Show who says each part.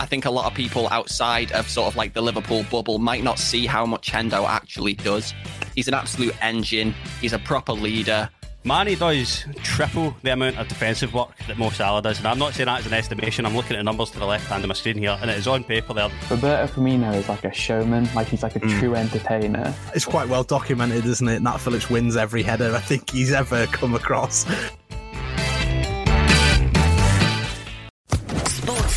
Speaker 1: I think a lot of people outside of sort of like the Liverpool bubble might not see how much Hendo actually does. He's an absolute engine. He's a proper leader.
Speaker 2: Manny does triple the amount of defensive work that Mo Salah does, and I'm not saying that as an estimation. I'm looking at the numbers to the left hand of my screen here, and it is on paper there.
Speaker 3: Roberto Firmino is like a showman, like he's like a
Speaker 4: Mm.
Speaker 3: true entertainer.
Speaker 5: It's quite well documented, isn't it? Nat Phillips wins every header I think he's ever come across.
Speaker 6: Sports